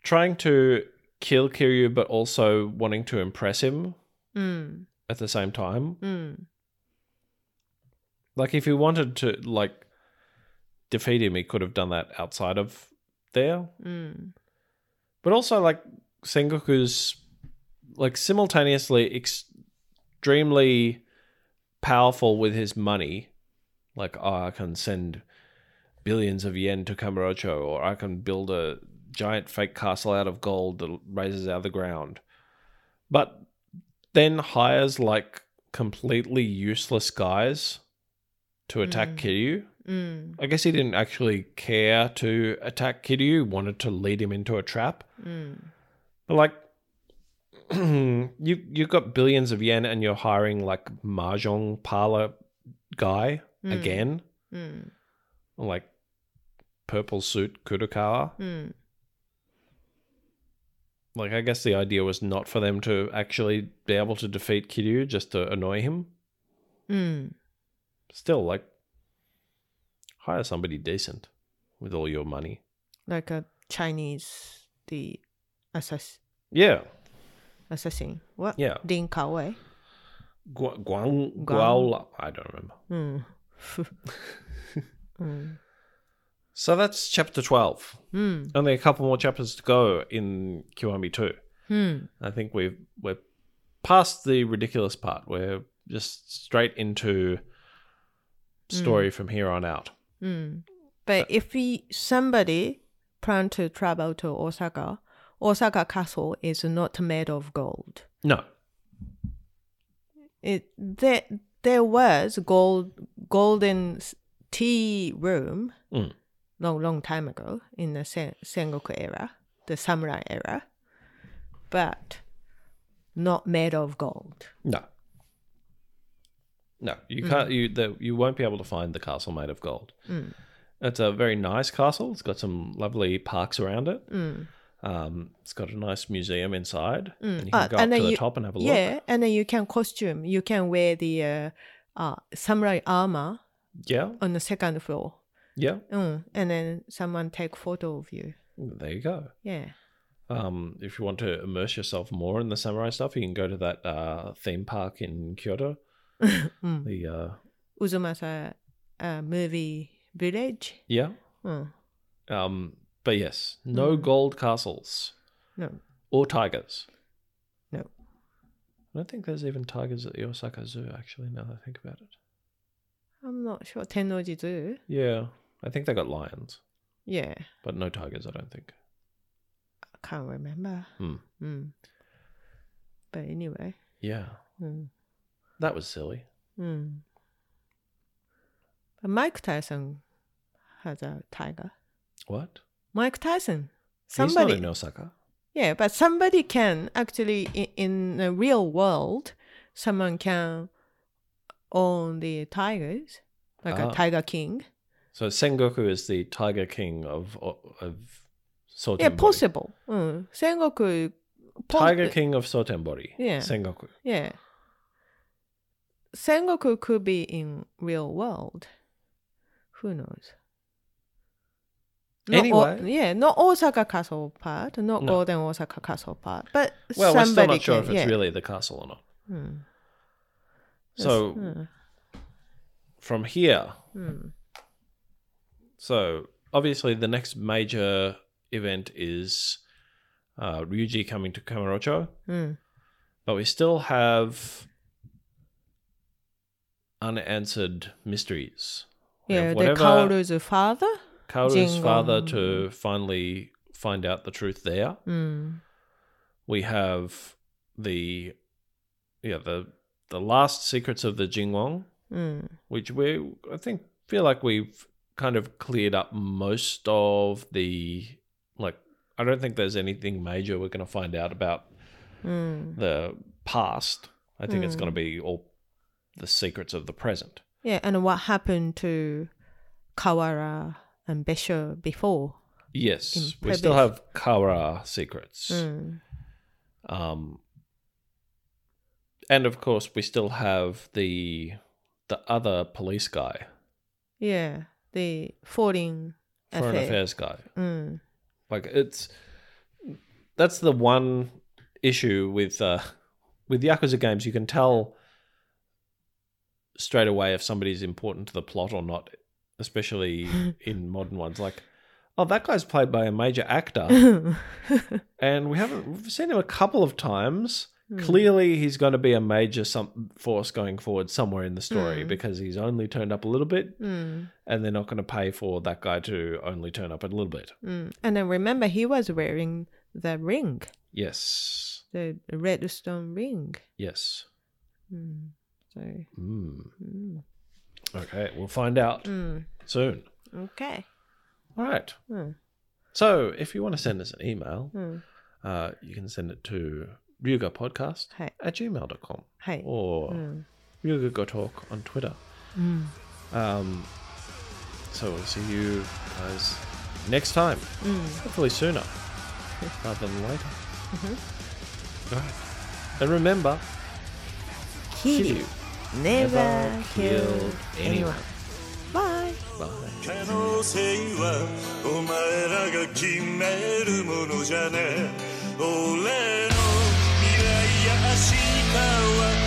C: trying to kill Kiryu, but also wanting to impress him
B: Mm.
C: at the same time.
B: Mm.
C: Like, if he wanted to like defeat him, he could have done that outside of there.
B: Mm.
C: But also, like Sengoku's like simultaneously extremely powerful with his money. Like, oh, I can send billions of yen to Kamurocho, or I can build a giant fake castle out of gold that raises out of the ground. But then hires like completely useless guys to attack
B: Mm.
C: Kiryu.
B: Mm.
C: I guess he didn't actually care to attack Kiryu, wanted to lead him into a trap.
B: Mm.
C: But like you you've got billions of yen and you're hiring like mahjong parlor guy
B: Mm.
C: again,
B: Mm.
C: like purple suit Kudokawa.
B: Mm.
C: Like I guess the idea was not for them to actually be able to defeat Kiryu, just to annoy him.
B: Mm.
C: Still, like hire somebody decent with all your money.
B: Like a Chinese the assass-
C: Yeah.
B: assassin. What?
C: Yeah.
B: Lin Ka-wei.
C: Gu-
B: Guang.
C: Guang Guao. I don't remember.
B: Mm. mm.
C: So that's chapter 12.
B: Mm.
C: Only a couple more chapters to go in Kiwami 2.
B: Mm.
C: I think we've we're past the ridiculous part. We're just straight into
B: Hmm.
C: story from here on out.
B: Mm.
C: Uh.
B: But if we somebody plan to travel to Osaka, Osaka Castle is not made of gold.
C: No.
B: It there there was gold golden s- tea room
C: Mm.
B: long long time ago in the Sen- Sengoku era, the samurai era, but not made of gold.
C: No. No, you
B: Hmm.
C: can't. You the, you won't be able to find the castle made of gold.
B: Mm.
C: It's a very nice castle. It's got some lovely parks around it.
B: Mm.
C: Um, it's got a nice museum inside,
B: Mm.
C: and you can
B: Ah,
C: go up
B: and
C: to
B: then
C: the
B: you-
C: top and have a look.
B: Yeah, and then you can costume. You can wear the uh, uh, samurai armor
C: yeah,
B: on the second floor.
C: yeah.
B: Mm, and then someone take photo of you.
C: There you go.
B: Yeah.
C: Um, if you want to immerse yourself more in the samurai stuff, you can go to that uh, theme park in Kyoto.
B: Mm.
C: The uh,
B: Uzumasa uh, movie village.
C: yeah.
B: Mm.
C: Um, but yes, no
B: Mm.
C: gold castles
B: No,
C: or tigers.
B: no.
C: I don't think there's even tigers at the Osaka Zoo. Actually, now that I think about it,
B: I'm not sure. Tennoji Zoo.
C: yeah, I think they got lions,
B: Yeah.
C: but no tigers. I don't think.
B: I can't remember.
C: Hmm.
B: Mm. But anyway.
C: Yeah,
B: Mm.
C: that was silly.
B: Mm. But Mike Tyson has a tiger.
C: What?
B: Mike Tyson.
C: He's not
B: Somebody.
C: in Osaka.
B: Yeah, but somebody can actually in, in the real world, someone can own the tigers, like
C: Ah.
B: a tiger king.
C: So Sengoku is the Tiger King of of Sotenbori.
B: Yeah, possible. Mm. Sengoku. po-
C: Tiger King of Sotenbori.
B: uh, Yeah.
C: Sengoku.
B: Yeah. Sengoku could be in real world. Who knows? Not O-
C: Anyway.
B: yeah, not Osaka Castle part, not
C: No.
B: Golden Osaka Castle part, but
C: Well, we're still
B: somebody
C: not sure
B: can.
C: if it's
B: yeah.
C: really the castle or not.
B: Mm. Yes,
C: So
B: mm,
C: from here,
B: mm.
C: so obviously the next major event is uh, Ryuji coming to Kamurocho,
B: Mm.
C: but we still have unanswered mysteries. We have
B: Yeah, the
C: whatever
B: Kaoru's father.
C: Kaoru's
B: Jingon.
C: father to finally find out the truth there.
B: Mm.
C: we have the yeah the the last secrets of the Jingwong,
B: Mm.
C: which we I think feel like we've kind of cleared up most of the like I don't think there's anything major we're going to find out about
B: Mm.
C: the past. I think it's
B: Mm.
C: going to be all the secrets of the present.
B: Yeah, and what happened to Kawara and Besho before?
C: Yes,
B: In
C: we still
B: Prebeth.
C: have Kara secrets.
B: Mm.
C: Um, and of course, we still have the the other police guy,
B: Yeah, the foreign
C: foreign
B: affair.
C: affairs guy.
B: Mm.
C: Like it's that's the one issue with uh, with Yakuza games. You can tell straight away if somebody's important to the plot or not, especially in modern ones. Like, oh, that guy's played by a major actor,
B: Hmm.
C: and we haven't we've seen him a couple of times.
B: Mm.
C: Clearly, he's going to be a major some force going forward somewhere in the story
B: Mm.
C: because he's only turned up a little bit,
B: Mm.
C: and they're not going to pay for that guy to only turn up a little bit.
B: Mm. And then remember, he was wearing the ring,
C: Yes,
B: the red stone ring.
C: yes.
B: Mm. So,
C: Mm.
B: mm.
C: Okay, we'll find out
B: Mm.
C: soon.
B: okay.
C: All right.
B: Mm.
C: So, if you want to send us an email,
B: Mm.
C: uh, you can send it to ryugapodcast
B: Hey,
C: at gmail.com
B: hey.
C: or
B: Mm.
C: ryugagotalk on Twitter. Hmm.
B: Mm.
C: Um, so, we'll see you guys next time.
B: Mm.
C: Hopefully sooner rather than later. All right. And remember,
B: Kill
C: Kiryu
B: Never,
C: never
B: killed
C: killed anyone.
B: anyone. Bye.
C: Bye.
D: 可能性はお前らが決めるものじゃねえ俺の未来や明日は